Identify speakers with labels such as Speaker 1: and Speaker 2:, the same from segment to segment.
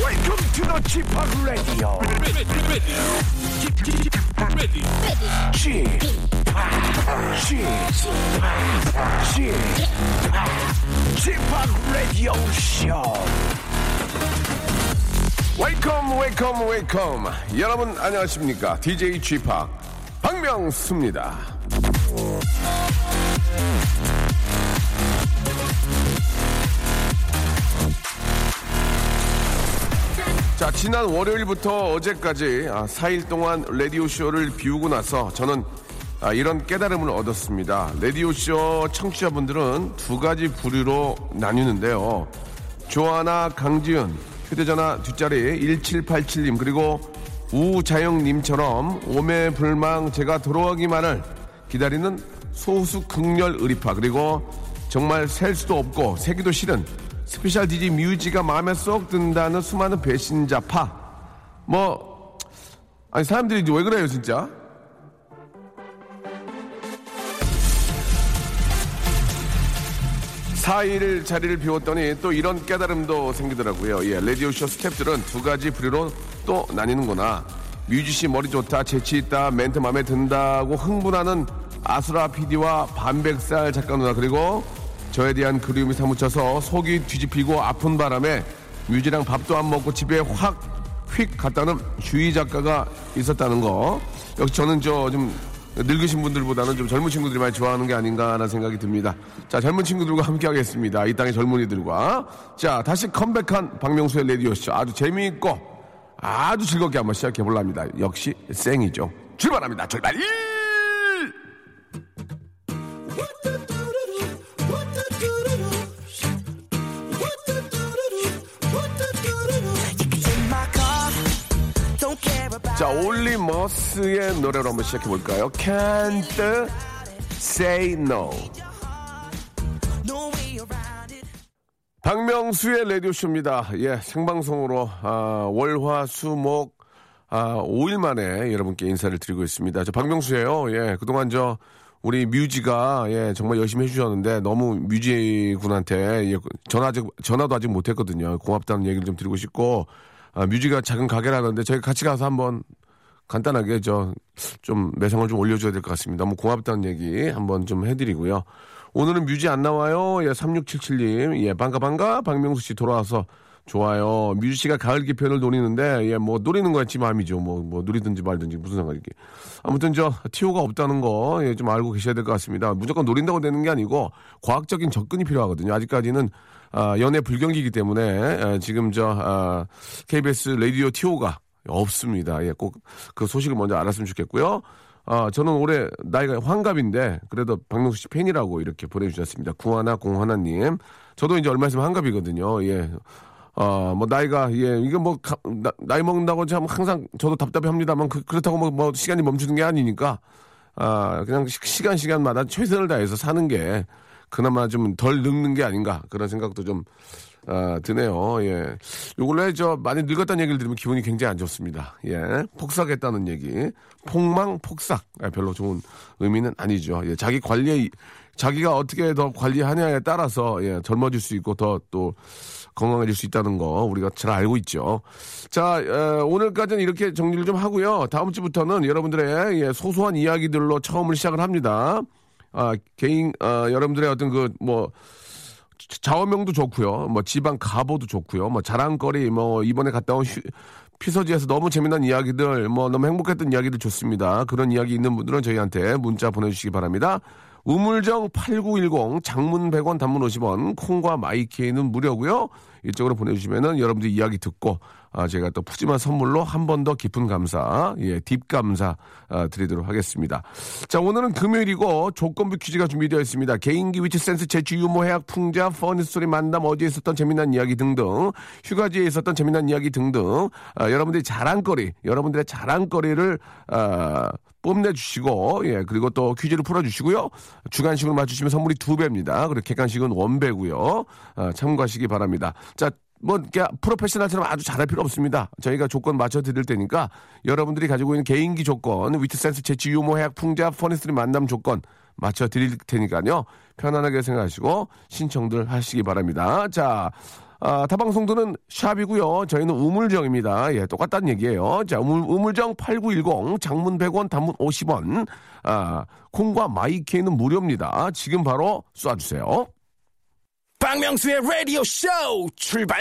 Speaker 1: Welcome to the Chip Radio. Chip Chip Radio Show.
Speaker 2: 웨이컴 웨이컴 웨이컴 여러분 안녕하십니까 DJ g p 박명수입니다 자 지난 월요일부터 어제까지 아, 4일 동안 라디오쇼를 비우고 나서 저는 아, 이런 깨달음을 얻었습니다 라디오쇼 청취자분들은 두 가지 부류로 나뉘는데요 조아나 강지윤 휴대전화 뒷자리 1787님 그리고 우자영님처럼 오매불망 제가 돌아오기만을 기다리는 소수 극렬 의리파 그리고 정말 셀 수도 없고 세기도 싫은 스페셜 DJ 뮤지가 마음에 쏙 든다는 수많은 배신자파 뭐 아니 사람들이 이제 왜 그래요 진짜 사일 자리를 비웠더니 또 이런 깨달음도 생기더라고요. 예, 라디오쇼 스탭들은 두 가지 부류로 또 나뉘는구나. 뮤지씨 머리 좋다, 재치있다, 멘트 마음에 든다고 흥분하는 아수라 PD와 반백살 작가 누나, 그리고 저에 대한 그리움이 사무쳐서 속이 뒤집히고 아픈 바람에 뮤지랑 밥도 안 먹고 집에 확 휙 갔다는 주희 작가가 있었다는 거. 역시 저는 저좀 늙으신 분들보다는 좀 젊은 친구들이 많이 좋아하는 게 아닌가라는 생각이 듭니다. 자, 젊은 친구들과 함께 하겠습니다. 이 땅의 젊은이들과. 자, 다시 컴백한 박명수의 레디오쇼. 아주 재미있고 아주 즐겁게 한번 시작해 보려 합니다. 역시 생이죠. 출발합니다. 출발! 자, 올리머스의 노래로 한번 시작해 볼까요? Can't say no. 박명수의 라디오쇼입니다. 예, 생방송으로, 아, 월화, 수, 목, 아, 5일 만에 여러분께 인사를 드리고 있습니다. 저 박명수예요. 예, 그동안 저, 우리 뮤지가, 예, 정말 열심히 해주셨는데, 너무 뮤지 군한테, 예, 전화 아직, 전화도 아직 못했거든요. 고맙다는 얘기를 좀 드리고 싶고, 아, 뮤지가 작은 가게라는데, 저희 같이 가서 한번 간단하게 저 좀 매상을 좀 올려줘야 될 것 같습니다. 너무 고맙다는 얘기 한번 좀 해드리고요. 오늘은 뮤지 안 나와요. 예, 3677님. 예, 반가 반가. 박명수 씨 돌아와서 좋아요. 뮤지 씨가 가을 개편을 노리는데 예, 뭐 노리는 거야 지 마음이죠. 뭐, 뭐 노리든지 말든지 무슨 상관이 게. 아무튼 저 티오가 없다는 거 예, 좀 알고 계셔야 될 것 같습니다. 무조건 노린다고 되는 게 아니고 과학적인 접근이 필요하거든요. 아직까지는 아, 연애 불경기이기 때문에 예, 지금 저 아, KBS 라디오 티오가 없습니다. 예, 꼭 그 소식을 먼저 알았으면 좋겠고요. 아, 저는 올해 나이가 환갑인데 그래도 박명수 씨 팬이라고 이렇게 보내주셨습니다. 구하나 공하나님, 저도 이제 얼마 있으면 환갑이거든요. 예. 아, 뭐, 나이가, 예, 이거 뭐, 가- 나, 이 먹는다고 참 항상 저도 답답해 합니다만, 그, 그렇다고 뭐, 뭐, 시간이 멈추는 게 아니니까, 아, 그냥 시- 시간, 시간마다 최선을 다해서 사는 게, 그나마 좀 덜 늙는 게 아닌가, 그런 생각도 좀, 아, 드네요. 예. 요 근래 저 많이 늙었다는 얘기를 들으면 기분이 굉장히 안 좋습니다. 예. 폭삭했다는 얘기. 폭망, 폭삭. 아, 별로 좋은 의미는 아니죠. 예. 자기 관리에, 자기가 어떻게 더 관리하냐에 따라서, 예. 젊어질 수 있고 더 또 건강해질 수 있다는 거 우리가 잘 알고 있죠. 자, 에, 오늘까지는 이렇게 정리를 좀 하고요. 다음 주부터는 여러분들의 예, 소소한 이야기들로 처음을 시작을 합니다. 아, 개인, 아, 여러분들의 어떤 그, 뭐, 자원명도 좋고요. 뭐 지방 가보도 좋고요. 뭐 자랑거리 뭐 이번에 갔다 온 휴- 피서지에서 너무 재미난 이야기들 뭐 너무 행복했던 이야기들 좋습니다. 그런 이야기 있는 분들은 저희한테 문자 보내주시기 바랍니다. 우물정 8910 장문 100원 단문 50원 콩과 마이케이는 무료고요. 이쪽으로 보내주시면은 여러분들 이야기 듣고 아, 제가 또 푸짐한 선물로 한 번 더 깊은 감사, 예, 딥 감사 아, 드리도록 하겠습니다. 자, 오늘은 금요일이고 조건부 퀴즈가 준비되어 있습니다. 개인기 위치 센스 재치 유머 해학 풍자 퍼니 스토리 만남 어디에 있었던 재미난 이야기 등등 휴가지에 있었던 재미난 이야기 등등 아, 여러분들의 자랑거리, 여러분들의 자랑거리를 아, 뽐내주시고, 예, 그리고 또 퀴즈를 풀어주시고요. 주간식으로 맞추시면 선물이 두 배입니다. 그리고 객관식은 원 배고요. 아, 참고하시기 바랍니다. 자, 뭐, 이렇게 프로페셔널처럼 아주 잘할 필요 없습니다. 저희가 조건 맞춰드릴 테니까 여러분들이 가지고 있는 개인기 조건, 위트센스, 재치, 유머, 해학, 풍자, 퍼니스트리 만남 조건 맞춰드릴 테니까요. 편안하게 생각하시고 신청들 하시기 바랍니다. 자, 아, 타방송도는 샵이고요. 저희는 우물정입니다. 예, 똑같다는 얘기예요. 자, 우물, 정 8910, 장문 100원, 단문 50원. 아, 콩과 마이케이는 무료입니다. 지금 바로 쏴주세요.
Speaker 1: 박명수의 라디오 쇼 출발!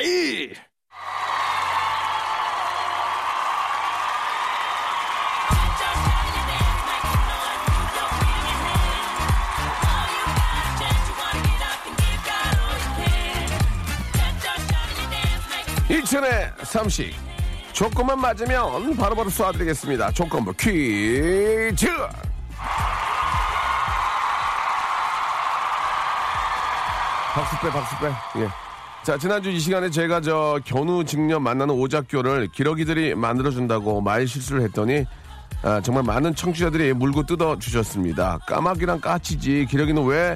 Speaker 2: 일천의 삼식 조건만 맞으면 바로바로 쏴드리겠습니다. 조건부 퀴즈 박수 빼 박수 빼 예. 자 지난주 이 시간에 제가 저 견우 직년 만나는 오작교를 기러기들이 만들어준다고 말 실수를 했더니 아, 정말 많은 청취자들이 물고 뜯어 주셨습니다. 까마귀랑 까치지 기러기는 왜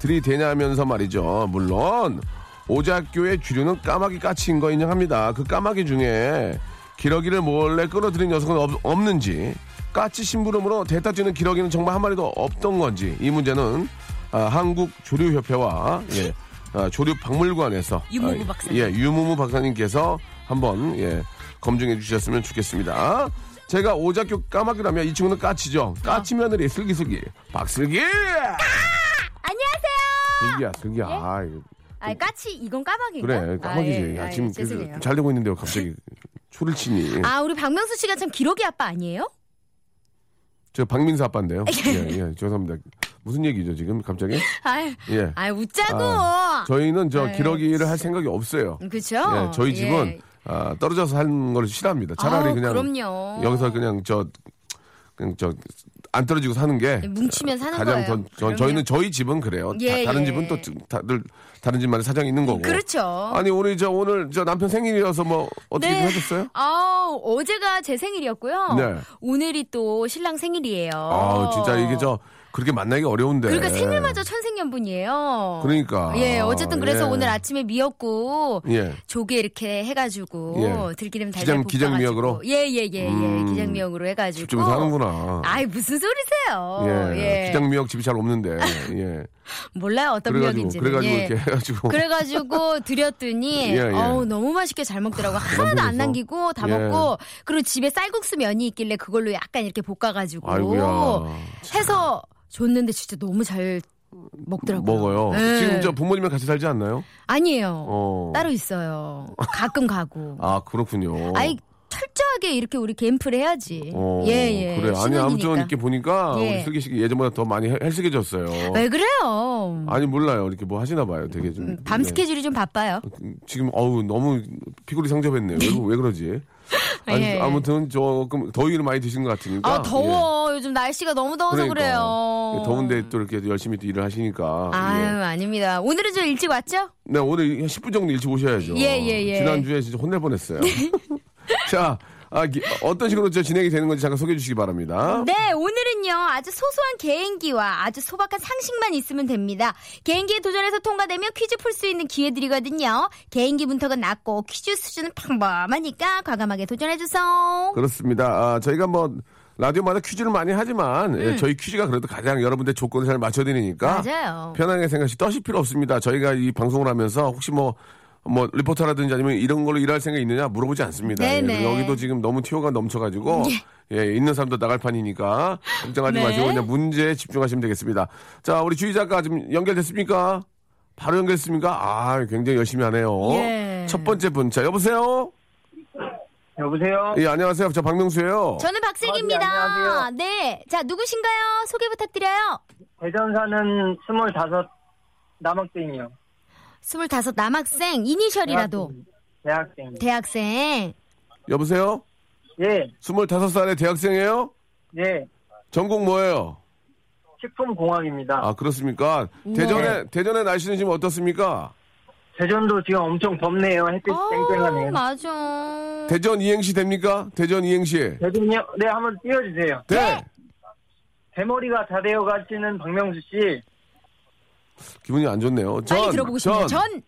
Speaker 2: 들이대냐 하면서 말이죠. 물론 오작교의 주류는 까마귀 까치인 거 인정합니다. 그 까마귀 중에 기러기를 몰래 끌어들인 녀석은 없, 없는지 까치 심부름으로 대타 뛰는 기러기는 정말 한 마리도 없던 건지 이 문제는 아, 한국 조류협회와 예, 아, 조류 박물관에서
Speaker 3: 유무무
Speaker 2: 아,
Speaker 3: 박사님.
Speaker 2: 예, 유무무 박사님께서 한번 예, 검증해 주셨으면 좋겠습니다. 제가 오작교 까마귀라면 이 친구는 까치죠. 까치 며느리 슬기슬기 박슬기
Speaker 4: 안녕하세요.
Speaker 2: 슬기야 슬기야 아, 이거
Speaker 4: 아 까치 이건 까마귀인가?
Speaker 2: 그래 까마귀지.
Speaker 4: 예? 아, 예,
Speaker 2: 야,
Speaker 4: 아, 예,
Speaker 2: 지금
Speaker 4: 죄송해요.
Speaker 2: 그, 잘 되고 있는데요. 갑자기 초를 치니.
Speaker 4: 아 우리 박명수 씨가 참 기러기 아빠 아니에요?
Speaker 2: 저 박민수 아빠인데요. 예, 예, 죄송합니다. 무슨 얘기죠 지금 갑자기?
Speaker 4: 아,
Speaker 2: 예.
Speaker 4: 아 웃자고.
Speaker 2: 아, 저희는 저
Speaker 4: 아유,
Speaker 2: 기러기를 할 생각이 없어요.
Speaker 4: 그렇죠.
Speaker 2: 예, 저희 집은 아, 떨어져서 하는 걸 싫어합니다. 차라리
Speaker 4: 아우,
Speaker 2: 그냥
Speaker 4: 그럼요.
Speaker 2: 여기서 그냥 저 그냥 저 안 떨어지고 사는 게
Speaker 4: 뭉치면 사는
Speaker 2: 가장
Speaker 4: 네, 거예요.
Speaker 2: 전- 전-
Speaker 4: 그럼요.
Speaker 2: 저희는 저희 집은 그래요.
Speaker 4: 예,
Speaker 2: 다, 른
Speaker 4: 예.
Speaker 2: 집은 또 지- 다들 다른 집만의 사정이 있는 거고.
Speaker 4: 그렇죠.
Speaker 2: 아니 우리 저 오늘 저 남편 생일이어서 뭐 어떻게
Speaker 4: 네.
Speaker 2: 좀 하셨어요?
Speaker 4: 아우 어제가 제 생일이었고요.
Speaker 2: 네.
Speaker 4: 오늘이 또 신랑 생일이에요.
Speaker 2: 아 진짜 이게 저 그렇게 만나기 어려운데.
Speaker 4: 어. 그러니까 생일마저 천생연분이에요.
Speaker 2: 그러니까.
Speaker 4: 예, 어쨌든 그래서
Speaker 2: 예.
Speaker 4: 오늘 아침에 미역국
Speaker 2: 예.
Speaker 4: 조개 이렇게 해가지고
Speaker 2: 예.
Speaker 4: 들기름 달달
Speaker 2: 기장-
Speaker 4: 볶아가지고.
Speaker 2: 기장 미역으로?
Speaker 4: 예예예 예,
Speaker 2: 음.
Speaker 4: 기장 미역으로 해가지고.
Speaker 2: 집중해서 하는구나.
Speaker 4: 아이 무슨 소리세요?
Speaker 2: 예. 기장 미역 집이 잘 없는데. 예.
Speaker 4: 몰라요 어떤 예.
Speaker 2: 그래가지고
Speaker 4: 미역인지.
Speaker 2: 그래가지고 이렇게 해가지고.
Speaker 4: 그래가지고 드렸더니
Speaker 2: 뭐. 예, 예.
Speaker 4: 어우 너무 맛있게 잘 먹더라고 하나도
Speaker 2: 남편에서?
Speaker 4: 안 남기고 다
Speaker 2: 예.
Speaker 4: 먹고 그리고 집에 쌀국수 면이 있길래 그걸로 약간 이렇게 볶아가지고
Speaker 2: 아이고야.
Speaker 4: 해서 줬는데 진짜 너무 잘 먹더라고요.
Speaker 2: 먹어요.
Speaker 4: 예.
Speaker 2: 지금 저 부모님이랑 같이 살지 않나요?
Speaker 4: 아니에요.
Speaker 2: 어.
Speaker 4: 따로 있어요. 가끔 가고.
Speaker 2: 아 그렇군요.
Speaker 4: 아이 철저하게 이렇게 우리 갬프를 해야지.
Speaker 2: 어,
Speaker 4: 예예.
Speaker 2: 그래. 아니 아무튼 이렇게 보니까
Speaker 4: 예. 음.
Speaker 2: 우리 슬기 씨 예전보다 더 많이 헬- 헬스해졌어요.
Speaker 4: 왜 그래요?
Speaker 2: 아니 몰라요. 이렇게 뭐 하시나 봐요. 되게 좀.
Speaker 4: 음, 밤
Speaker 2: 네.
Speaker 4: 스케줄이 좀 바빠요.
Speaker 2: 지금 어우 너무 피골이 상접했네요. 왜, 왜 그러지? 아니,
Speaker 4: 예.
Speaker 2: 아무튼 조금 더위를 많이 드신 것 같으니까.
Speaker 4: 아 더워. 요즘 날씨가 너무
Speaker 2: 예.
Speaker 4: 더워서
Speaker 2: 그러니까.
Speaker 4: 그래요
Speaker 2: 더운데 또 이렇게 열심히 또 일을 하시니까.
Speaker 4: 아유
Speaker 2: 예.
Speaker 4: 아닙니다. 오늘은 좀 일찍 왔죠?
Speaker 2: 네 오늘 한 10분 정도 일찍 오셔야죠.
Speaker 4: 예, 예, 예.
Speaker 2: 지난주에 진짜 혼낼 뻔했어요. 자, 아, 기- 어떤 식으로 저 진행이 되는 건지 잠깐 소개해 주시기 바랍니다.
Speaker 4: 네, 오늘은요, 아주 소소한 개인기와 아주 소박한 상식만 있으면 됩니다. 개인기에 도전해서 통과되면 퀴즈 풀 수 있는 기회들이거든요. 개인기 문턱은 낮고 퀴즈 수준은 평범하니까 과감하게 도전해주세요.
Speaker 2: 그렇습니다. 아, 저희가 뭐 라디오마다 퀴즈를 많이 하지만 예, 저희 퀴즈가 그래도 가장 여러분들 조건을 잘 맞춰드리니까
Speaker 4: 음. 맞아요.
Speaker 2: 편하게 생각하시 떠실 필요 없습니다. 저희가 이 방송을 하면서 혹시 뭐 뭐 리포터라든지 아니면 이런 걸로 일할 생각이 있느냐 물어보지 않습니다. 예,
Speaker 4: 네네.
Speaker 2: 그리고 여기도 지금 너무 티오가 넘쳐가지고 예, 있는 사람도 나갈 판이니까 걱정하지
Speaker 4: 네.
Speaker 2: 마시고 그냥 문제에 집중하시면 되겠습니다. 자 우리 주희 작가 지금 연결됐습니까? 바로 연결됐습니까? 아 굉장히 열심히 하네요.
Speaker 4: 예.
Speaker 2: 첫 번째 분자 여보세요.
Speaker 5: 여보세요.
Speaker 2: 예 안녕하세요. 저 박명수예요.
Speaker 4: 저는 박슬기입니다.
Speaker 5: 아, 네, 안녕하세요.
Speaker 4: 네, 자 누구신가요? 소개 부탁드려요.
Speaker 5: 대전 사는 스물다섯 남학생이요.
Speaker 4: 스물다섯 남학생 이니셜이라도
Speaker 5: 아, 대학생.
Speaker 4: 대학생
Speaker 2: 여보세요?
Speaker 5: 예,
Speaker 2: 25살의 대학생이에요?
Speaker 5: 예.
Speaker 2: 전공 뭐예요?
Speaker 5: 식품공학입니다.
Speaker 2: 아, 그렇습니까?
Speaker 4: 네.
Speaker 2: 대전에, 대전의 날씨는 지금 어떻습니까?
Speaker 5: 대전도 지금 엄청 덥네요. 햇빛
Speaker 4: 어,
Speaker 5: 쨍쨍하네요.
Speaker 4: 맞아
Speaker 2: 대전 이행시 됩니까? 대전 이행시.
Speaker 5: 대전요? 네, 한번 띄워주세요.
Speaker 2: 대!
Speaker 4: 네.
Speaker 5: 대머리가 다 되어 가시는 박명수 씨.
Speaker 2: 기분이 안 좋네요. 전,
Speaker 4: 빨리 들어보고 싶네요
Speaker 2: 전.
Speaker 4: 전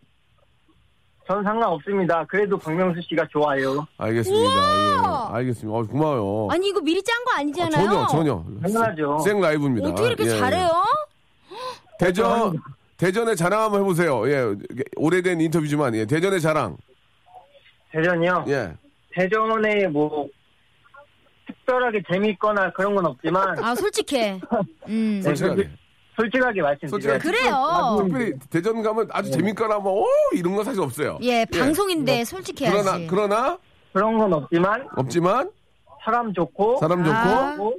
Speaker 5: 전 상관없습니다. 그래도 박명수 씨가 좋아요.
Speaker 2: 알겠습니다. 예, 알겠습니다. 어, 고마워요.
Speaker 4: 아니 이거 미리 짠 거 아니잖아요
Speaker 2: 전혀, 전혀.
Speaker 5: 당연하죠.
Speaker 2: 생 라이브입니다.
Speaker 4: 어떻게 이렇게
Speaker 2: 예, 예.
Speaker 4: 잘해요?
Speaker 2: 대전, 대전의 자랑 한번 해보세요. 예, 오래된 인터뷰지만, 예, 대전의 자랑.
Speaker 5: 대전이요?
Speaker 2: 예.
Speaker 5: 대전에 뭐, 특별하게 재밌거나 그런 건 없지만,
Speaker 4: 아 솔직해 음
Speaker 5: 네,
Speaker 2: 솔직하게.
Speaker 5: 솔직하게 말씀드려요.
Speaker 2: 솔직하게.
Speaker 4: 그래요
Speaker 2: 특별히 대전 가면
Speaker 5: 네.
Speaker 2: 아주 재밌거나 뭐, 오! 이런 건 사실 없어요.
Speaker 4: 예 방송인데 솔직해야지
Speaker 2: 뭐, 그러나, 그러나,
Speaker 5: 그런 건 없지만,
Speaker 2: 없지만,
Speaker 5: 사람 좋고,
Speaker 2: 사람 좋고,
Speaker 4: 아.
Speaker 5: 뭐,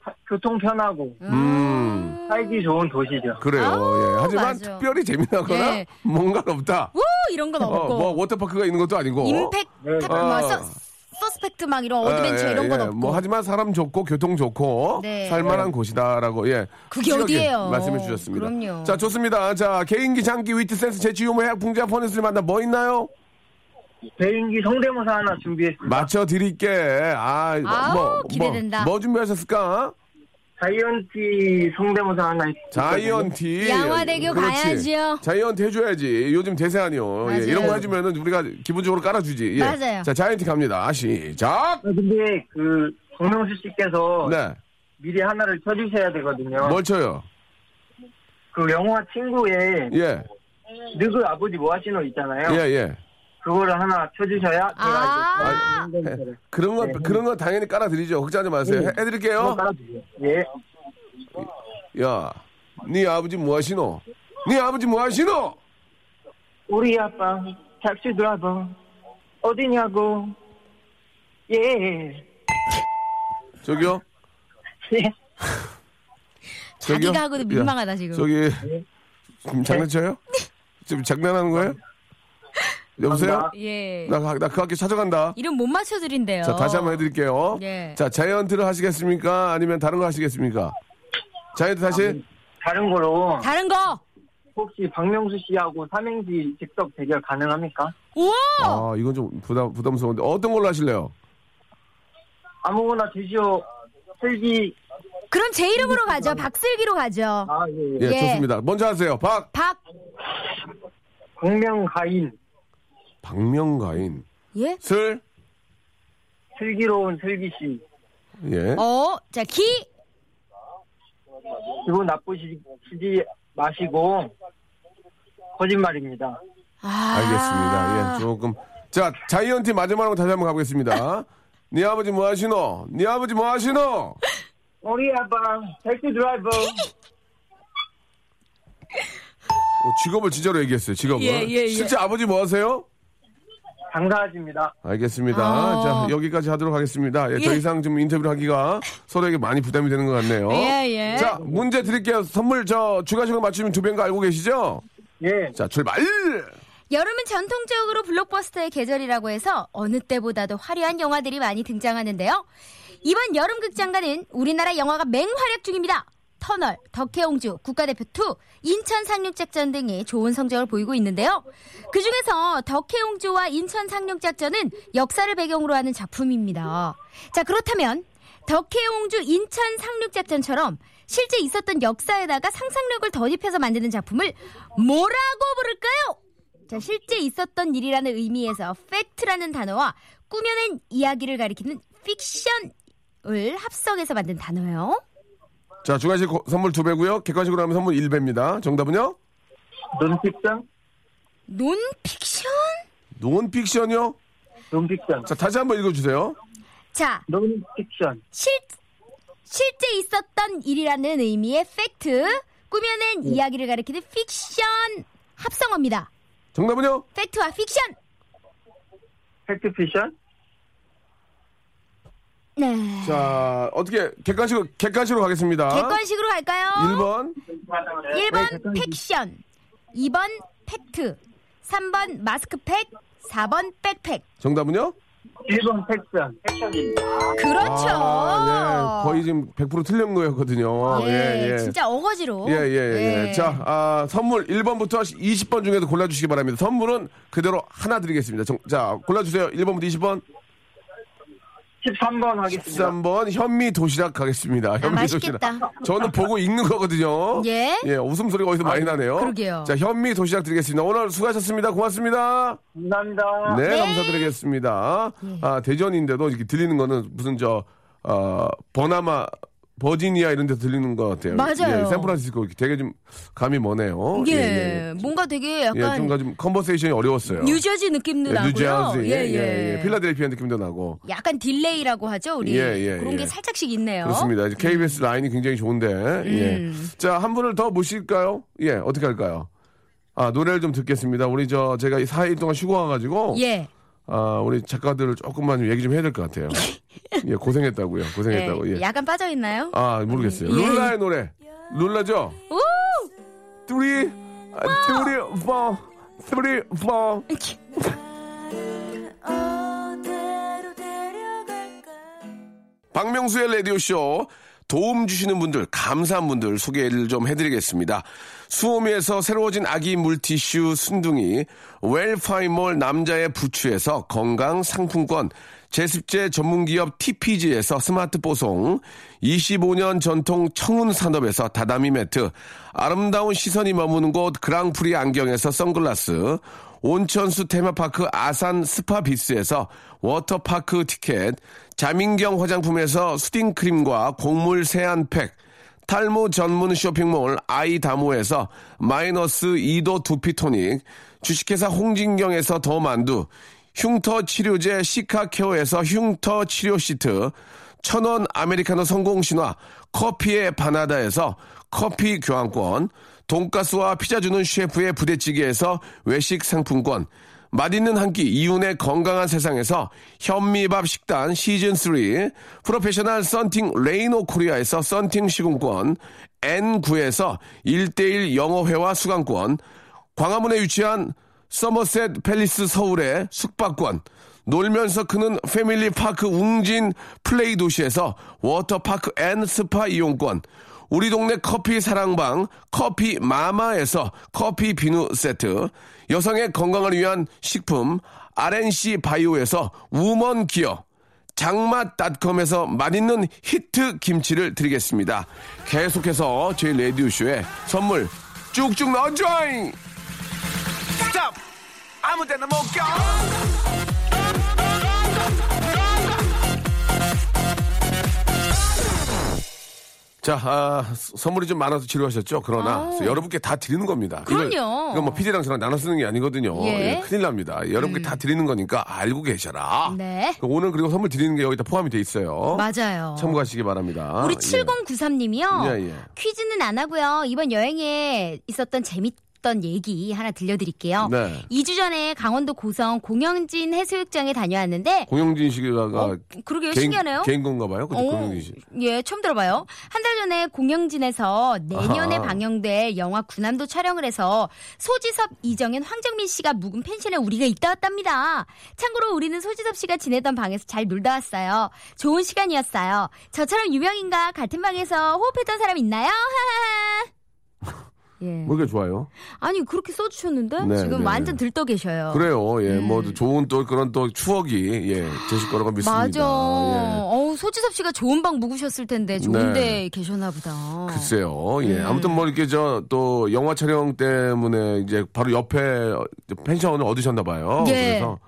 Speaker 5: 하- 교통 편하고,
Speaker 2: 음,
Speaker 5: 살기 좋은 도시죠.
Speaker 2: 그래요.
Speaker 4: 아우,
Speaker 2: 예. 하지만
Speaker 4: 맞아.
Speaker 2: 특별히 재미나거나,
Speaker 4: 예.
Speaker 2: 뭔가는 없다.
Speaker 4: 우 이런 건
Speaker 2: 어,
Speaker 4: 없고
Speaker 2: 뭐, 워터파크가 있는 것도 아니고.
Speaker 4: 임팩트
Speaker 5: 네.
Speaker 4: 뭐
Speaker 2: 아.
Speaker 4: 서, 서스펙트 막 이런 어드벤처
Speaker 2: 예,
Speaker 4: 이런 건
Speaker 2: 예.
Speaker 4: 없고
Speaker 2: 뭐 하지만 사람 좋고 교통 좋고
Speaker 4: 네.
Speaker 2: 살만한 곳이다라고 예
Speaker 4: 그게
Speaker 2: 솔직하게
Speaker 4: 어디예요?
Speaker 2: 말씀해 주셨습니다.
Speaker 4: 그럼요.
Speaker 2: 자 좋습니다. 자 개인기 장기 위트 센스 재치 유머 해학 풍자 퍼니스를 만나 뭐 있나요?
Speaker 5: 개인기 성대모사 하나 준비했습니다.
Speaker 2: 맞춰 드릴게.
Speaker 4: 아우,
Speaker 2: 아뭐
Speaker 4: 기대된다.
Speaker 2: 뭐, 준비하셨을까?
Speaker 5: 자이언티 성대모사 하나
Speaker 2: 자이언티
Speaker 4: 양화대교
Speaker 2: 그렇지.
Speaker 4: 가야지요.
Speaker 2: 자이언티 해줘야지. 요즘 대세 아니요. 예,
Speaker 4: 맞아요.
Speaker 2: 이런 거 해주면은 우리가 기본적으로 깔아주지. 예.
Speaker 4: 맞아요.
Speaker 2: 자 자이언티 갑니다. 시작.
Speaker 5: 아, 근데 그 박명수 씨께서
Speaker 2: 네. 뭐-
Speaker 5: 미리 하나를 쳐주셔야 되거든요.
Speaker 2: 뭘 쳐요?
Speaker 5: 그 영화 친구에
Speaker 2: 예.
Speaker 5: 느그 아버지 뭐 하시노 있잖아요.
Speaker 2: 예 예.
Speaker 5: 그거를 하나 쳐주셔야
Speaker 4: 아.
Speaker 5: 제가 이제 성대모사를
Speaker 2: 그런 건 그런 건 당연히 깔아드리죠. 걱정하지 마세요. 해- 해드릴게요.
Speaker 5: 한번 깔아주세요. 예.
Speaker 2: 야, 네 아버지 뭐 하시노? 네 아버지 뭐 하시노?
Speaker 5: 우리 아빠 택시 드라이버 어디냐고. 예.
Speaker 2: 저기요.
Speaker 5: 예.
Speaker 2: 저기요?
Speaker 4: 자기가 하고도
Speaker 2: 야,
Speaker 4: 민망하다 지금
Speaker 2: 저기 지금 장난쳐요? 지금 장난하는 거예요? 여보세요?
Speaker 4: 예
Speaker 2: 나그 나그 학교 찾아간다.
Speaker 4: 이름 못 맞춰드린대요
Speaker 2: 자 다시 한번 해드릴게요.
Speaker 4: 예.
Speaker 2: 자 자이언트를 하시겠습니까? 아니면 다른 거 하시겠습니까? 자이언트 다시
Speaker 5: 다른 거로
Speaker 4: 다른 거
Speaker 5: 혹시 박명수 씨하고 삼행시 직접 대결 가능합니까?
Speaker 4: 우와 어.
Speaker 2: 아 이건 좀 부담 부담스러운데 어떤 걸로 하실래요?
Speaker 5: 아무거나 드시오. 슬기
Speaker 4: 그럼 제 이름으로
Speaker 2: 아.
Speaker 4: 가죠 박슬기로 가죠
Speaker 5: 아 예.
Speaker 2: 예,
Speaker 4: 예.
Speaker 2: 좋습니다. 먼저 하세요. 박
Speaker 5: 공명가인
Speaker 2: 박명가인
Speaker 4: 박예어자 기
Speaker 2: 슬
Speaker 5: 슬기로운 슬기 씨
Speaker 2: 예.
Speaker 4: 어.
Speaker 5: 기분 나쁘시지 마시고 거짓말입니다.
Speaker 4: 아.
Speaker 2: 알겠습니다. 예, 조금. 자, 자이언티 마지막으로 다시 한번 가보겠습니다. 네 아버지 뭐 하시노? 네 아버지 뭐 하시노?
Speaker 5: 우리 아빠 택시 드라이버
Speaker 2: 어, 직업을 진짜로 얘기했어요, 직업을.
Speaker 4: 예, 예, 예.
Speaker 2: 실제 아버지 뭐 하세요?
Speaker 5: 장사하십니다.
Speaker 2: 알겠습니다.
Speaker 4: 아.
Speaker 2: 자, 여기까지 하도록 하겠습니다. 예, 더
Speaker 4: 예.
Speaker 2: 이상 좀 인터뷰를 하기가 서로에게 많이 부담이 되는 것 같네요.
Speaker 4: 예, 예.
Speaker 2: 자, 문제 드릴게요. 선물 저 추가식으로 맞추면 두 배인 거 알고 계시죠?
Speaker 5: 예,
Speaker 2: 자, 출발!
Speaker 4: 여름은 전통적으로 블록버스터의 계절이라고 해서 어느 때보다도 화려한 영화들이 많이 등장하는데요. 이번 여름 극장가는 우리나라 영화가 맹활약 중입니다. 터널, 덕혜옹주, 국가대표 2, 인천 상륙작전 등이 좋은 성적을 보이고 있는데요. 그 중에서 덕혜옹주와 인천 상륙작전은 역사를 배경으로 하는 작품입니다. 자, 그렇다면 덕혜옹주 인천 상륙작전처럼 실제 있었던 역사에다가 상상력을 덧입혀서 만드는 작품을 뭐라고 부를까요? 자, 실제 있었던 일이라는 의미에서 팩트라는 단어와 꾸며낸 이야기를 가리키는 픽션을 합성해서 만든 단어예요.
Speaker 2: 자, 주관식 고- 선물 두 배고요. 객관식으로 하면 선물 1배입니다. 정답은요?
Speaker 5: 논픽션,
Speaker 4: 논픽션?
Speaker 2: 논픽션이요?
Speaker 5: 논픽션,
Speaker 2: 자, 다시 한번 읽어주세요.
Speaker 4: 자,
Speaker 5: 논픽션,
Speaker 4: 실, 실제 있었던 일이라는 의미의 팩트, 꾸며낸 이야기를 가리키는 픽션 합성어입니다.
Speaker 2: 정답은요?
Speaker 4: 팩트와 픽션!
Speaker 5: 팩트피션,
Speaker 4: 네.
Speaker 2: 자, 어떻게 객관식으로 객관식으로 가겠습니다.
Speaker 4: 객관식으로 갈까요?
Speaker 2: 1번.
Speaker 4: 1번 픽션, 2번 팩트, 3번 마스크팩, 4번 백팩.
Speaker 2: 정답은요?
Speaker 5: 1번 네, 팩션. 팩션입니다.
Speaker 4: 그렇죠.
Speaker 2: 아, 예. 거의 지금 100% 틀린 거였거든요.
Speaker 4: 예, 진짜 어거지로.
Speaker 2: 예, 예, 예.
Speaker 4: 예.
Speaker 2: 자, 아, 선물 1번부터 20번 중에서 골라주시기 바랍니다. 선물은 그대로 하나 드리겠습니다. 정- 자, 골라주세요. 1번부터 20번,
Speaker 5: 13번 하겠습니다.
Speaker 2: 13번, 현미 도시락 가겠습니다. 현미
Speaker 4: 아, 맛있겠다.
Speaker 2: 도시락. 저는 보고 읽는 거거든요.
Speaker 4: 예. 아,
Speaker 2: 웃음소리가 어디서 많이 나네요.
Speaker 4: 그러게요.
Speaker 2: 자, 현미 도시락 드리겠습니다. 오늘 수고하셨습니다. 고맙습니다.
Speaker 5: 감사합니다.
Speaker 2: 네, 감사드리겠습니다.
Speaker 4: 예.
Speaker 2: 아, 대전인데도 이렇게 들리는 거는 무슨 저, 어, 버나마, 버지니아 이런 데서 들리는 것 같아요. 예,
Speaker 4: 맞아요.
Speaker 2: 샌프란시스코 이렇게 되게 좀 감이 머네요.
Speaker 4: 예, 뭔가 되게
Speaker 2: 예,
Speaker 4: 약간
Speaker 2: 좀가 좀 컨버세이션이 어려웠어요.
Speaker 4: 뉴저지 느낌도 나고요.
Speaker 2: 뉴저지.
Speaker 4: 예, 예.
Speaker 2: 필라델피아 느낌도 나고.
Speaker 4: 약간 딜레이라고 하죠, 우리.
Speaker 2: 예, 예,
Speaker 4: 그런
Speaker 2: 예.
Speaker 4: 게 살짝씩 있네요. 음.
Speaker 2: 그렇습니다. 이제 KBS 라인이 굉장히 좋은데. 예. 자, 한 분을 더 모실까요? 예, 어떻게 할까요? 아, 노래를 좀 듣겠습니다. 우리 저, 제가 4일 동안 쉬고 와가지고.
Speaker 4: 예.
Speaker 2: 아, 우리 작가들을 조금만 좀 얘기 좀 해야 될 것 같아요. 예, 고생했다고요. 고생했다고.
Speaker 4: 예.
Speaker 2: 예.
Speaker 4: 약간 빠져 있나요?
Speaker 2: 아, 모르겠어요.
Speaker 4: 예.
Speaker 2: 룰라의 노래. 룰라죠?
Speaker 4: 오!
Speaker 2: 뚜리, 아, 뚜리, 뻥, 뚜리, 뻥. 박명수의 라디오쇼 도움 주시는 분들, 감사한 분들 소개를 좀 해드리겠습니다. 수오미에서 새로워진 아기 물티슈 순둥이, 웰파이몰 남자의 부추에서 건강 상품권, 제습제 전문기업 TPG에서 스마트 보송, 25년 전통 청운산업에서 다다미 매트, 아름다운 시선이 머무는 곳 그랑프리 안경에서 선글라스, 온천수 테마파크 아산 스파비스에서 워터파크 티켓, 자민경 화장품에서 수딩크림과 곡물 세안팩, 탈모 전문 쇼핑몰 아이다모에서 마이너스 2도 두피토닉, 주식회사 홍진경에서 더만두, 흉터 치료제 시카케어에서 흉터 치료 시트, 천원 아메리카노 성공 신화 커피의 바나다에서 커피 교환권, 돈가스와 피자 주는 셰프의 부대찌개에서 외식 상품권, 맛있는 한 끼 이윤의 건강한 세상에서 현미밥 식단 시즌 3 프로페셔널 썬팅 레이노 코리아에서 썬팅 시공권 N9에서 1대1 영어회화 수강권 광화문에 위치한 서머셋 팰리스 서울의 숙박권, 놀면서 크는 패밀리 파크 웅진 플레이 도시에서 워터파크 앤 스파 이용권, 우리 동네 커피 사랑방 커피 마마에서 커피 비누 세트, 여성의 건강을 위한 식품 RNC 바이오에서 우먼 기어, 장맛닷컴에서 맛있는 히트 김치를 드리겠습니다. 계속해서 저희 레디오쇼에 선물 쭉쭉 넣어줘잉!
Speaker 1: 스탑! 아무 데나 못 껴!
Speaker 2: 자, 아, 서- 선물이 좀 많아서 지루하셨죠? 그러나 여러분께 다 드리는 겁니다. 이걸-
Speaker 4: 그럼요.
Speaker 2: 이건 뭐 피디랑 저랑 나눠 쓰는 게 아니거든요.
Speaker 4: 예. 음.
Speaker 2: 예, 큰일 납니다. 여러분께 다 드리는 거니까 알고 계셔라.
Speaker 4: 네.
Speaker 2: 그럼 오늘 그리고 선물 드리는 게 여기다 포함이 돼 있어요.
Speaker 4: 맞아요.
Speaker 2: 참고하시기 바랍니다.
Speaker 4: 우리
Speaker 2: 예.
Speaker 4: 7093님이요.
Speaker 2: 예, 예.
Speaker 4: 퀴즈는 안 하고요. 이번 여행에 있었던 재밌던 얘기 하나 들려드릴게요.
Speaker 2: 네.
Speaker 4: 2주 전에 강원도 고성 공영진 해수욕장에 다녀왔는데
Speaker 2: 공영진 씨가
Speaker 4: 어, 그러게요.
Speaker 2: 아, 개인,
Speaker 4: 신기하네요.
Speaker 2: 개인 건가 봐요. 그죠? 공영진 씨.
Speaker 4: 어, 예, 처음 들어봐요. 한 달 전에 공영진에서 내년에
Speaker 2: 아하.
Speaker 4: 방영될 영화 군함도 촬영을 해서 소지섭, 이정현, 황정민 씨가 묵은 펜션에 우리가 있다 왔답니다. 참고로 우리는 소지섭 씨가 지내던 방에서 잘 놀다 왔어요. 좋은 시간이었어요. 저처럼 유명인과 같은 방에서 호흡했던 사람 있나요? 하하하. 예.
Speaker 2: 뭐 이렇게 좋아요?
Speaker 4: 아니 그렇게 써주셨는데
Speaker 2: 네,
Speaker 4: 지금
Speaker 2: 네.
Speaker 4: 완전 들떠 계셔요. 네.
Speaker 2: 그래요. 예, 뭐 좋은 또 그런 또 추억이 예, 되실 거라고 믿습니다.
Speaker 4: 맞아.
Speaker 2: 예.
Speaker 4: 어우, 소지섭 씨가 좋은 방 묵으셨을 텐데 좋은 데 계셨나 보다.
Speaker 2: 네. 글쎄요.
Speaker 4: 네.
Speaker 2: 예. 아무튼 뭐 이렇게 저 또 영화 촬영 때문에 이제 바로 옆에 펜션을 얻으셨나 봐요.
Speaker 4: 예.
Speaker 2: 그래서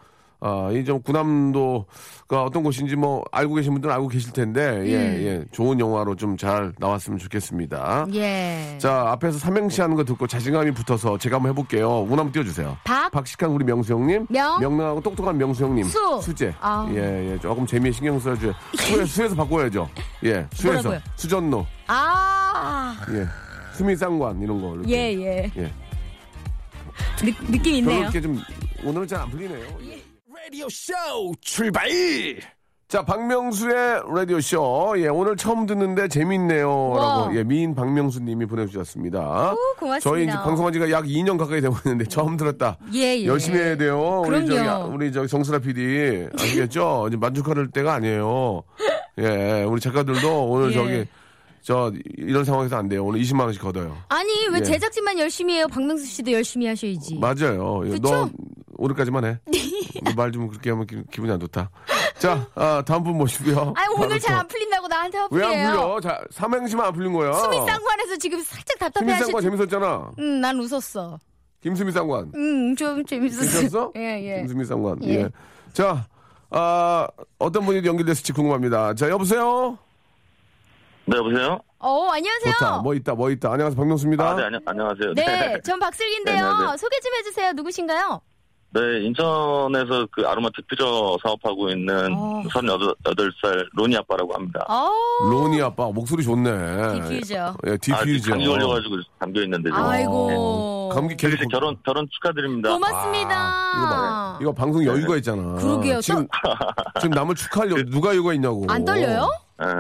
Speaker 2: 아, 이 좀 군함도가 어떤 곳인지 뭐 알고 계신 분들은 알고 계실 텐데 예, 예. 좋은 영화로 좀 잘 나왔으면 좋겠습니다.
Speaker 4: 음. 예.
Speaker 2: 자, 앞에서 삼행시 하는 거 듣고 자신감이 붙어서 제가 한번 해볼게요. 운 한번 띄워주세요.
Speaker 4: 박.
Speaker 2: 박식한 우리 명수 형님.
Speaker 4: 명.
Speaker 2: 명랑하고 똑똑한 명수 형님.
Speaker 4: 수.
Speaker 2: 수제.
Speaker 4: 아.
Speaker 2: 예, 예. 조금 재미에 신경 써줘요. 수에, 수에서 바꿔야죠. 예. 수에서.
Speaker 4: 뭐라고요?
Speaker 2: 수전노.
Speaker 4: 아.
Speaker 2: 예. 수미상관 이런 거. 이렇게.
Speaker 4: 예, 예.
Speaker 2: 예.
Speaker 4: 느, 느낌 있네요.
Speaker 2: 그렇게 좀 오늘은 잘 안 풀리네요.
Speaker 1: 라디오 쇼 출발!
Speaker 2: 예. 자, 박명수의 라디오쇼. 예, 오늘 처음 듣는데 재밌네요. 라고, 예, 미인 박명수 님이 보내주셨습니다.
Speaker 4: 고맙습니다.
Speaker 2: 저희 이제 방송한 지가 약 2년 가까이 되고 있는데 처음 들었다.
Speaker 4: 예, 예.
Speaker 2: 열심히 해야 돼요. 우리
Speaker 4: 그럼요.
Speaker 2: 저기, 아, 우리 저기 정수라 PD. 아시겠죠? 이제 만족할 때가 아니에요. 예, 우리 작가들도 오늘
Speaker 4: 예.
Speaker 2: 저기, 저, 이런 상황에서 안 돼요. 오늘 20만원씩 걷어요.
Speaker 4: 아니 왜
Speaker 2: 예.
Speaker 4: 제작진만 열심히 해요? 박명수 씨도 열심히 하셔야지.
Speaker 2: 맞아요. 예,
Speaker 4: 그쵸?
Speaker 2: 너 오늘까지만 해. 말 좀 그렇게 하면 기, 분이안 좋다. 자, 아, 다음 분 모시고요.
Speaker 4: 아니 오늘
Speaker 2: 바로
Speaker 4: 잘 안 풀린다고 나한테
Speaker 2: 또. 왜안
Speaker 4: 화풀이에요.
Speaker 2: 풀려? 자, 삼행시만 안 풀린 거야.
Speaker 4: 수미 쌍관에서 지금 살짝 답답해
Speaker 2: 김수미 쌍관
Speaker 4: 하시죠.
Speaker 2: 재밌었잖아.
Speaker 4: 음, 난 웃었어.
Speaker 2: 김수미 쌍관.
Speaker 4: 음, 좀 재밌었어.
Speaker 2: 재밌었어?
Speaker 4: 예, 예.
Speaker 2: 김수미 쌍관. 예.
Speaker 4: 예.
Speaker 2: 자, 아, 어떤 분이 연결됐을지 궁금합니다. 자, 여보세요?
Speaker 5: 네, 여보세요?
Speaker 4: 어, 안녕하세요.
Speaker 2: 좋다. 뭐 있다, 뭐 있다. 안녕하세요. 박명수입니다.
Speaker 5: 아, 네, 안녕, 안녕하세요.
Speaker 4: 네,
Speaker 5: 네.
Speaker 4: 전 박슬기인데요.
Speaker 5: 네, 네, 네.
Speaker 4: 소개 좀 해주세요. 누구신가요?
Speaker 5: 네, 인천에서 그 아로마 득피저 사업하고 있는 38살 로니 아빠라고 합니다.
Speaker 4: 어,
Speaker 2: 로니 아빠, 목소리 좋네.
Speaker 4: 디퓨저.
Speaker 2: 예, 디퓨저. 어.
Speaker 5: 아, 감기 걸려가지고 담겨 있는데. 지금.
Speaker 4: 아이고.
Speaker 2: 감기
Speaker 5: 네.
Speaker 2: 계속
Speaker 5: 결혼, 결혼 축하드립니다.
Speaker 4: 고맙습니다.
Speaker 2: 이거 봐. 그, 이거 방송
Speaker 5: 네,
Speaker 2: 여유가 있잖아.
Speaker 4: 그러게요.
Speaker 2: 지금, 지금 남을 축하하려고 누가 여유가 있냐고.
Speaker 4: 안 떨려요?
Speaker 5: 예.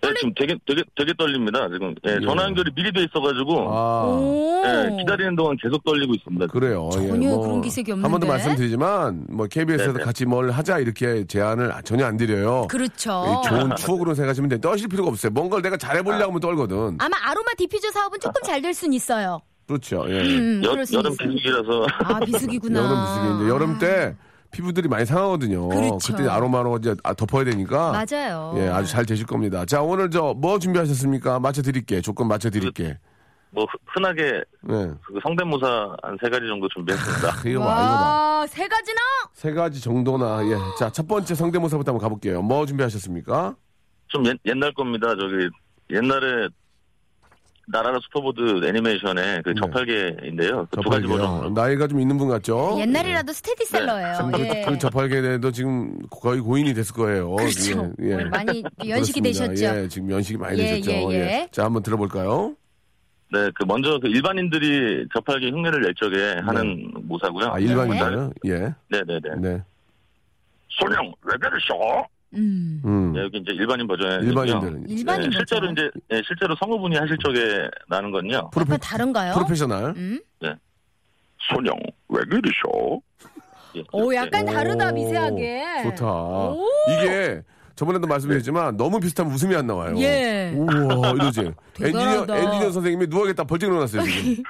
Speaker 5: 네, 지금 되게, 되게, 되게 떨립니다, 지금. 예,
Speaker 2: 예.
Speaker 5: 전화 연결이 미리 돼 있어가지고.
Speaker 2: 아,
Speaker 4: 오.
Speaker 5: 예, 기다리는 동안 계속 떨리고 있습니다.
Speaker 2: 그래요. 예, 뭐
Speaker 4: 전혀 그런 기색이
Speaker 2: 한 번 더
Speaker 4: 없는데.
Speaker 2: 말씀드리지만, 뭐, KBS에서
Speaker 5: 네네.
Speaker 2: 같이 뭘 하자 이렇게 제안을 전혀 안 드려요.
Speaker 4: 그렇죠.
Speaker 2: 어. 이 좋은 추억으로 생각하시면 돼. 떠실 필요가 없어요. 뭔가를 내가 잘해보려고 하면 떨거든.
Speaker 4: 아마 아로마 디퓨저 사업은 조금 잘 될 순 있어요.
Speaker 2: 그렇죠. 예.
Speaker 4: 음,
Speaker 5: 여,
Speaker 4: 그럴 순
Speaker 5: 여름
Speaker 4: 있어요.
Speaker 5: 비수기라서.
Speaker 4: 아, 비수기구나. 아.
Speaker 2: 여름 비수기. 이제 여름 때 피부들이 많이 상하거든요.
Speaker 4: 그렇죠.
Speaker 2: 때 아로마로 이제 아- 덮어야 되니까.
Speaker 4: 맞아요.
Speaker 2: 예, 아주 잘 되실 겁니다. 자, 오늘 저 뭐 준비하셨습니까? 맞춰드릴게. 조건 맞춰드릴게.
Speaker 5: 뭐, 흔- 흔하게
Speaker 2: 예.
Speaker 5: 그 성대모사 한 세 가지 정도 준비했습니다.
Speaker 2: 이거 봐, 이거 봐.
Speaker 4: 와, 세 가지나?
Speaker 2: 세 가지 정도나, 예. 자, 첫 번째 성대모사부터 한번 가볼게요. 뭐 준비하셨습니까?
Speaker 5: 좀 옛, 옛날 겁니다. 저기 옛날에 나라라 슈퍼보드 애니메이션의
Speaker 2: 네.
Speaker 5: 그 저팔계인데요. 그두 가지 버전.
Speaker 2: 나이가 좀 있는 분 같죠?
Speaker 4: 뭐 옛날이라도 스테디셀러예요.
Speaker 2: 그,
Speaker 4: 예.
Speaker 2: 그 저팔계 대도 지금 거의 고인이 됐을 거예요.
Speaker 4: 그렇죠.
Speaker 2: 예, 예.
Speaker 4: 많이 연식이
Speaker 2: 그렇습니다.
Speaker 4: 되셨죠.
Speaker 2: 예, 지금 연식이 많이
Speaker 4: 예,
Speaker 2: 되셨죠.
Speaker 4: 예,
Speaker 2: 예,
Speaker 4: 예.
Speaker 2: 자, 한번 들어볼까요?
Speaker 5: 네, 그 먼저 그 일반인들이 저팔계 흉내를 낼 적에 하는 모사고요.
Speaker 2: 네. 아, 일반인가요? 예.
Speaker 5: 네, 네, 네.
Speaker 2: 네.
Speaker 5: 소령 왜 그러셔?
Speaker 4: 음.
Speaker 2: 음.
Speaker 5: 네, 여기 이제 일반인 버전에
Speaker 2: 일반인들은.
Speaker 4: 일반인 버전.
Speaker 5: 실제로 이제 네, 실제로 성우분이 하실 적에 나는 건요.
Speaker 2: 프로페,
Speaker 4: 약간 다른가요?
Speaker 2: 프로페셔널.
Speaker 4: 음?
Speaker 5: 소령 왜 그러셔? 예,
Speaker 4: 오,
Speaker 5: 네.
Speaker 4: 어, 약간 다르다, 미세하게.
Speaker 2: 좋다. 이게 저번에도 말씀드렸지만 너무 비슷하면 웃음이 안 나와요.
Speaker 4: 예.
Speaker 2: 우와 이러지. 엔지니어
Speaker 4: 대단하다.
Speaker 2: 엔지니어 선생님이 누워야겠다 벌쩍 일어났어요 지금.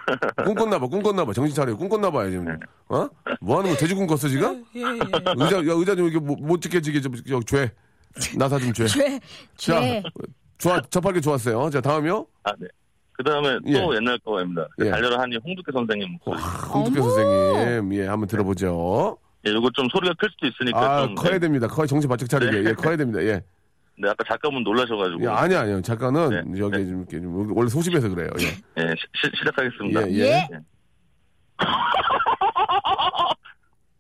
Speaker 2: 꿈꿨나 봐. 꿈꿨나 봐. 정신 차려. 꿈꿨나 봐요 지금. 어? 뭐 하는 거 돼지 꿈꿨어 지금?
Speaker 4: 예,
Speaker 2: 의자 야, 의자 좀 이렇게 못, 못 지켜지게 좀 저, 죄. 나사 좀 죄.
Speaker 4: 죄,
Speaker 2: 자,
Speaker 4: 죄.
Speaker 2: 좋아 접하게 좋았어요. 자 다음이요.
Speaker 5: 아, 네. 그 다음에 또 옛날 거입니다. 그
Speaker 2: 예. 어.
Speaker 5: 달려라 하니 홍두깨 선생님 목소리.
Speaker 2: 홍두깨 선생님 예 한번 들어보죠.
Speaker 5: 예, 요거 좀 소리가 클 수도 있으니까
Speaker 2: 아
Speaker 5: 좀
Speaker 2: 커야 됩니다. 커 정신 바짝 차리게 예 커야 됩니다. 예.
Speaker 5: 네, 아까 작가분 놀라셔가지고.
Speaker 2: 예, 아니 아니요 작가는
Speaker 5: 뭐. 네.
Speaker 2: 여기 좀 이렇게 좀 원래 소심해서 그래요. 예.
Speaker 4: 네.
Speaker 5: 예, 시, 시- 시작하겠습니다.
Speaker 2: 예, 예.
Speaker 4: 예.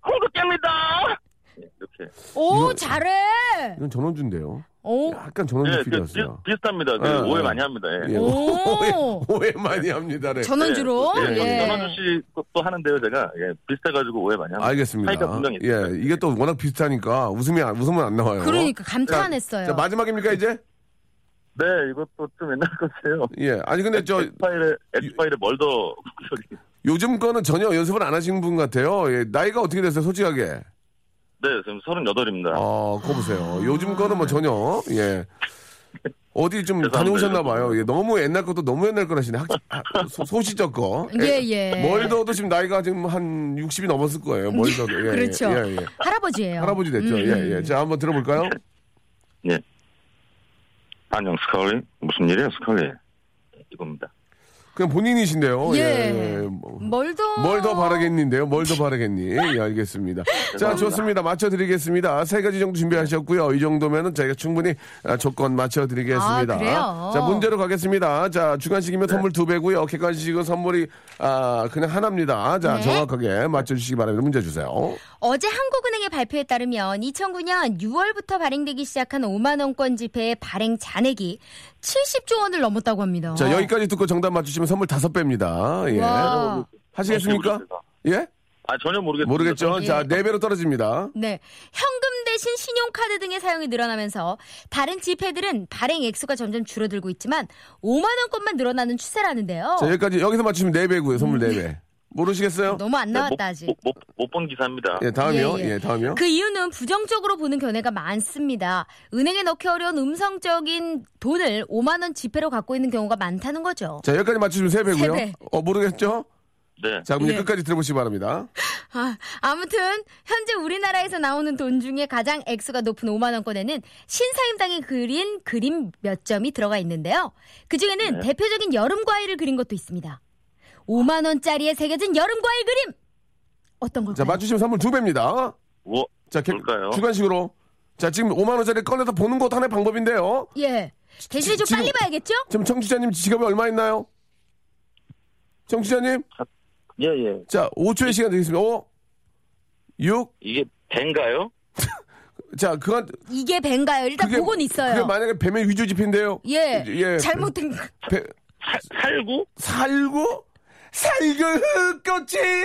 Speaker 5: 홍두깨입니다! 예, 이렇게.
Speaker 4: 오, 잘해.
Speaker 2: 이건 전원주인데요.
Speaker 4: 오,
Speaker 2: 약간
Speaker 5: 예,
Speaker 2: 전원주
Speaker 5: 그, 비,
Speaker 2: 필이었어요.
Speaker 5: 비슷합니다. 그
Speaker 2: 예,
Speaker 5: 오해
Speaker 2: 예.
Speaker 5: 많이 합니다. 예.
Speaker 2: 예,
Speaker 5: 예.
Speaker 4: 오.
Speaker 2: 오해, 오해 많이 합니다래. 네.
Speaker 4: 전원주로.
Speaker 5: 예,
Speaker 4: 예.
Speaker 5: 전원주 씨 것도 하는데요, 제가. 예, 비슷해가지고 오해 많이 합니다.
Speaker 2: 알겠습니다.
Speaker 5: 차이가 분명히 있어요.
Speaker 2: 예, 이게 또 워낙 비슷하니까 웃음이 안- 웃음은 안 나와요.
Speaker 4: 그러니까 감탄했어요.
Speaker 2: 자, 마지막입니까 이제?
Speaker 5: 네, 이것도 좀 옛날 거세요.
Speaker 2: 예. 아니 근데 저
Speaker 5: 엑스파일의, 엑스파일의 멀더 목소리.
Speaker 2: 요즘 거는 전혀 연습을 안 하신 분 같아요. 예, 나이가 어떻게 됐어요? 솔직하게.
Speaker 5: 네, 지금 38입니다.
Speaker 2: 어, 그거 보세요. 요즘 거는 뭐 전혀 예. 어디 좀
Speaker 5: 죄송합니다.
Speaker 2: 다녀오셨나 봐요. 예, 너무 옛날 것도 너무 옛날 거 하시네. 학, 하- 소, 소시적 거.
Speaker 4: 예, 예.
Speaker 2: 멀더도 지금 나이가 지금 한 60이 넘었을 거예요. 멀더도. 예, 예,
Speaker 4: 그렇죠.
Speaker 2: 예, 예.
Speaker 4: 할아버지예요.
Speaker 2: 할아버지 됐죠.
Speaker 4: 음.
Speaker 2: 예, 예. 자, 한번 들어볼까요?
Speaker 5: 예. 안녕, 스컬리. 무슨 일이에요, 스컬리? 이겁니다.
Speaker 2: 그냥 본인이신데요.
Speaker 4: 예.
Speaker 2: 뭐.
Speaker 4: 멀더.
Speaker 2: 뭘 더 바라겠는데요? 뭘 더 바라겠니? 예, 알겠습니다. 자, 좋습니다. 맞춰드리겠습니다. 세 가지 정도 준비하셨고요. 이 정도면은 저희가 충분히 아, 조건 맞춰드리겠습니다.
Speaker 4: 아, 그래요? 네.
Speaker 2: 자, 문제로 가겠습니다. 자, 주간식이면 선물 두 배고요. 객관식은 선물이, 아, 그냥 하나입니다. 자,
Speaker 4: 네.
Speaker 2: 정확하게 맞춰주시기 바랍니다. 문제 주세요.
Speaker 4: 어제 한국은행의 발표에 따르면 2009년 6월부터 발행되기 시작한 5만 원권 지폐의 발행 잔액이 70조 원을 넘었다고 합니다.
Speaker 2: 자, 여기까지 듣고 정답 맞추시면 선물 다섯 배입니다. 예.
Speaker 4: 어. 와.
Speaker 2: 하시겠습니까?
Speaker 5: 아,
Speaker 2: 예?
Speaker 6: 아 전혀 모르겠습니다.
Speaker 2: 모르겠죠?
Speaker 4: 예.
Speaker 2: 자, 네배로 떨어집니다.
Speaker 4: 네. 현금 대신 신용카드 등의 사용이 늘어나면서 다른 지폐들은 발행 액수가 점점 줄어들고 있지만 5만 원권만 늘어나는 추세라는데요.
Speaker 2: 자, 여기까지, 여기서 맞추시면 네배고요 선물 네배 모르시겠어요?
Speaker 4: 너무 안 나왔다
Speaker 2: 뭐,
Speaker 4: 아직.
Speaker 6: 못못 본 기사입니다.
Speaker 2: 예, 다음이요.
Speaker 4: 예,
Speaker 2: 예,
Speaker 4: 예.
Speaker 2: 다음이요.
Speaker 4: 그 이유는 부정적으로 보는 견해가 많습니다. 은행에 넣기 어려운 음성적인 돈을 5만 원 지폐로 갖고 있는 경우가 많다는 거죠.
Speaker 2: 자, 여기까지 맞추시면 세배고요
Speaker 4: 세 배.
Speaker 2: 어, 모르겠죠?
Speaker 6: 네.
Speaker 2: 자, 그럼 이제
Speaker 4: 예.
Speaker 2: 끝까지 들어보시기 바랍니다.
Speaker 4: 아, 아무튼 현재 우리나라에서 나오는 돈 중에 가장 액수가 높은 5만 원권에는 신사임당이 그린 그림 몇 점이 들어가 있는데요. 그
Speaker 2: 네.
Speaker 4: 중에는 대표적인 여름 과일을 그린 것도 있습니다. 5만 원짜리에 새겨진 여름 과일 그림 어떤
Speaker 2: 자,
Speaker 4: 걸까요?
Speaker 2: 맞추시면 선물 두배입니다
Speaker 6: 뭐
Speaker 2: 자, 개-
Speaker 6: 뭘까요?
Speaker 2: 주간식으로. 자, 지금 5만원짜리 꺼내서 보는 것도 하나의 방법인데요.
Speaker 4: 예. 대신에 좀
Speaker 2: 지금-
Speaker 4: 빨리 봐야겠죠?
Speaker 2: 지금 청취자님 지갑에 얼마 있나요? 청취자님?
Speaker 6: 예 예.
Speaker 2: 자, 5초의 시간 드리겠습니다. 5, 6,
Speaker 6: 이게 뱅가요?
Speaker 2: 자, 그건.
Speaker 4: 이게 뱅가요. 일단
Speaker 2: 그게,
Speaker 4: 보곤 있어요.
Speaker 2: 그게 만약에 뱀의 위조지폐인데요.
Speaker 4: 예.
Speaker 2: 예.
Speaker 4: 잘못된
Speaker 2: 뱀-
Speaker 6: 사- 살구?
Speaker 2: 살고 살고 흑꽃이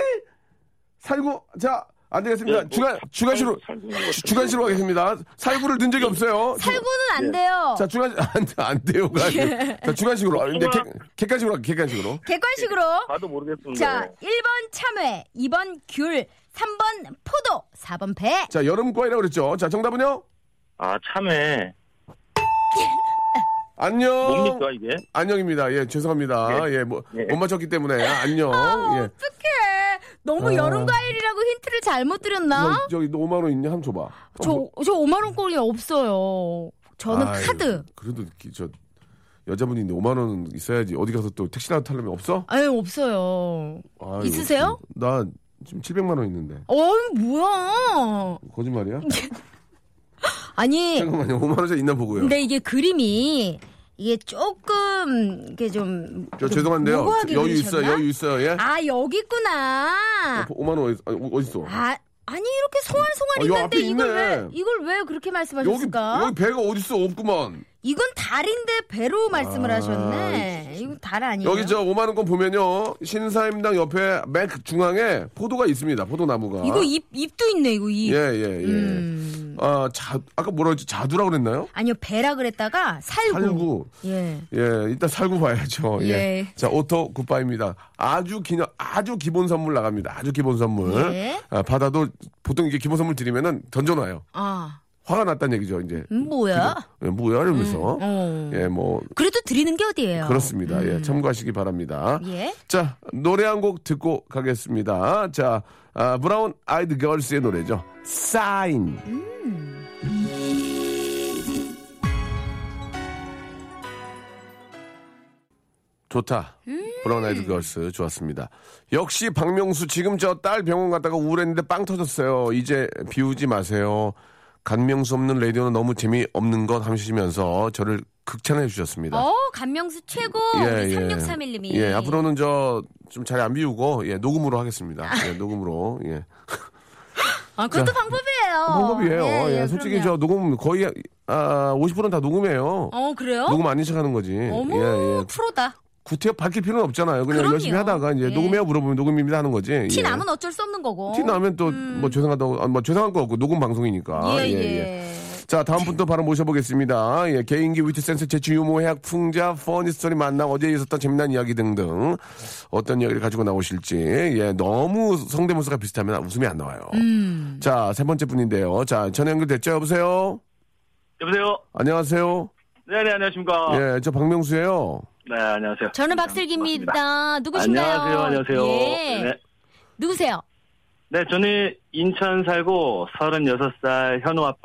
Speaker 2: 살고 자 안 되겠습니다.
Speaker 6: 예, 뭐,
Speaker 2: 주간
Speaker 6: 살-
Speaker 2: 주간시로
Speaker 6: 살구인 것 같아요.
Speaker 2: 주- 주간시로 가겠습니다. 살구를 든 적이 없어요. 주-
Speaker 4: 살구는 안 돼요.
Speaker 2: 자 주간 안안 돼요가
Speaker 4: 예.
Speaker 2: 아니에요. 자 주간식으로 아, 근데
Speaker 6: 통화-
Speaker 2: 객, 관식으로 객관식으로
Speaker 4: 객관식으로
Speaker 6: 봐도
Speaker 2: 예.
Speaker 6: 모르겠습니다.
Speaker 4: 자, 1번 참외, 2번 귤, 3번 포도, 4번 배.
Speaker 2: 자 여름과일이라고 그랬죠. 자 정답은요.
Speaker 6: 아 참에
Speaker 2: 안녕.
Speaker 6: 뭡니까 이게?
Speaker 2: 안녕입니다. 예 죄송합니다. 예못
Speaker 6: 예.
Speaker 2: 맞췄기 때문에 안녕.
Speaker 4: 아,
Speaker 2: 예.
Speaker 4: 어떡해. 너무
Speaker 2: 아. 뭐,
Speaker 4: 여름 과일이라고 힌트를 잘못 드렸나?
Speaker 2: 저, 저기 너 5만 원 있냐 한번 줘봐.
Speaker 4: 저, 저 5만원권이 없어요.
Speaker 2: 뭐.
Speaker 4: 저는
Speaker 2: 아이,
Speaker 4: 카드.
Speaker 2: 그래도 기- 저 여자분인데 5만 원 있어야지. 어디 가서 또 택시라도 타려면 없어?
Speaker 4: 아유, 없어요.
Speaker 2: 아유,
Speaker 4: 있으세요?
Speaker 2: 나 지금 700만 원 있는데.
Speaker 4: 어이, 뭐야.
Speaker 2: 거짓말이야?
Speaker 4: 네. 아니,
Speaker 2: 잠깐만요. 5만 원짜리 있나 보고요.
Speaker 4: 근데 이게 그림이 이게 조금, 이게 좀.
Speaker 2: 저 죄송한데요.
Speaker 4: 뭐 모호하게
Speaker 2: 여유
Speaker 4: 그리셨나?
Speaker 2: 있어요. 여유 있어요. 예?
Speaker 4: 아, 여기 있구나.
Speaker 2: 5만 원 어디, 아니, 어디 있어?
Speaker 4: 아, 아니 이렇게
Speaker 2: 아,
Speaker 4: 송알송알
Speaker 2: 요
Speaker 4: 있는데
Speaker 2: 앞에
Speaker 4: 이걸
Speaker 2: 있네.
Speaker 4: 왜 이걸 왜 그렇게
Speaker 2: 여기
Speaker 4: 말씀하셨을까?
Speaker 2: 여기 배가 어디 있어? 없구만.
Speaker 4: 이건 달인데 배로 말씀을
Speaker 2: 아,
Speaker 4: 하셨네. 이건 달 아니에요?
Speaker 2: 여기 저 5만 원권 보면요. 신사임당 옆에 맨그 중앙에 포도가 있습니다. 포도나무가.
Speaker 4: 이거 입 입도 있네 이거 입.
Speaker 2: 아? 예, 예, 예.
Speaker 4: 음.
Speaker 2: 아, 자, 아까 뭐라 그랬지? 자두라고 그랬나요?
Speaker 4: 아니요 배라 그랬다가 살구.
Speaker 2: 살구.
Speaker 4: 예.
Speaker 2: 예, 일단 살고 봐야죠. 예.
Speaker 4: 예.
Speaker 2: 자, 오토 굿바입니다. 아주 기념, 아주 기본 선물 나갑니다. 아주 기본 선물.
Speaker 4: 예.
Speaker 2: 아, 받아도 보통 이게 기본 선물 드리면은 던져놔요.
Speaker 4: 아
Speaker 2: 화가 났다는 얘기죠, 이제.
Speaker 4: 음, 뭐야?
Speaker 2: 예, 뭐야, 이러면서.
Speaker 4: 어.
Speaker 2: 예, 뭐,
Speaker 4: 그래도 드리는 게 어디예요? 음.
Speaker 2: 그렇습니다. 예, 참고하시기 바랍니다.
Speaker 4: 예.
Speaker 2: 자, 노래 한 곡 듣고 가겠습니다. 자, 아, 브라운 아이드 걸스의 노래죠. 사인.
Speaker 4: 음.
Speaker 2: 좋다.
Speaker 4: 음.
Speaker 2: 브라운 아이드 걸스 좋았습니다. 역시 박명수 지금 저 딸 병원 갔다가 우울했는데 빵 터졌어요. 이제 비우지 마세요. 간명수 없는 라디오는 너무 재미없는 것 하시면서 저를 극찬해 주셨습니다.
Speaker 4: 어 감명수 최고 우리 3631님이.
Speaker 2: 예, 앞으로는 저 좀 잘 안 비우고 예, 녹음으로 하겠습니다. 예, 녹음으로. 예.
Speaker 4: 아 그것도 방법이에요.
Speaker 2: 방법이에요. 예,
Speaker 4: 어, 예,
Speaker 2: 솔직히
Speaker 4: 그럼요.
Speaker 2: 저 녹음 거의 아, 50%는 다 녹음해요.
Speaker 4: 어 그래요?
Speaker 2: 녹음 아닌 척 하는 거지.
Speaker 4: 어머
Speaker 2: 예, 예.
Speaker 4: 프로다.
Speaker 2: 구태여 밝힐 필요는 없잖아요. 그냥
Speaker 4: 그럼요.
Speaker 2: 열심히 하다가 이제
Speaker 4: 예.
Speaker 2: 녹음해요 물어보면 녹음입니다 하는 거지.
Speaker 4: 티
Speaker 2: 예.
Speaker 4: 나면 어쩔 수 없는 거고.
Speaker 2: 티 나면 또 뭐 죄송하다고 아, 뭐 죄송한 거 없고 녹음 방송이니까.
Speaker 4: 예,
Speaker 2: 예, 예.
Speaker 4: 예.
Speaker 2: 자, 다음 분 또 바로 모셔보겠습니다. 예, 개인기 위트 센스 재치 유머 해학 풍자 퍼니 스토리 만남 어제 있었던 재미난 이야기 등등 어떤 이야기를 가지고 나오실지 예, 너무 성대모사가 비슷하면 웃음이 안 나와요. 자, 세 번째 분인데요. 자, 전화 연결됐죠? 여보세요?
Speaker 6: 여보세요.
Speaker 2: 안녕하세요?
Speaker 6: 네네 안녕하십니까.
Speaker 5: 어.
Speaker 2: 예, 저 박명수예요.
Speaker 6: 네 안녕하세요.
Speaker 4: 저는 박슬기입니다. 누구신가요?
Speaker 6: 안녕하세요. 안녕하세요.
Speaker 4: 예.
Speaker 6: 네.
Speaker 4: 누구세요?
Speaker 6: 네, 저는 인천 살고 36살 현우 아빠.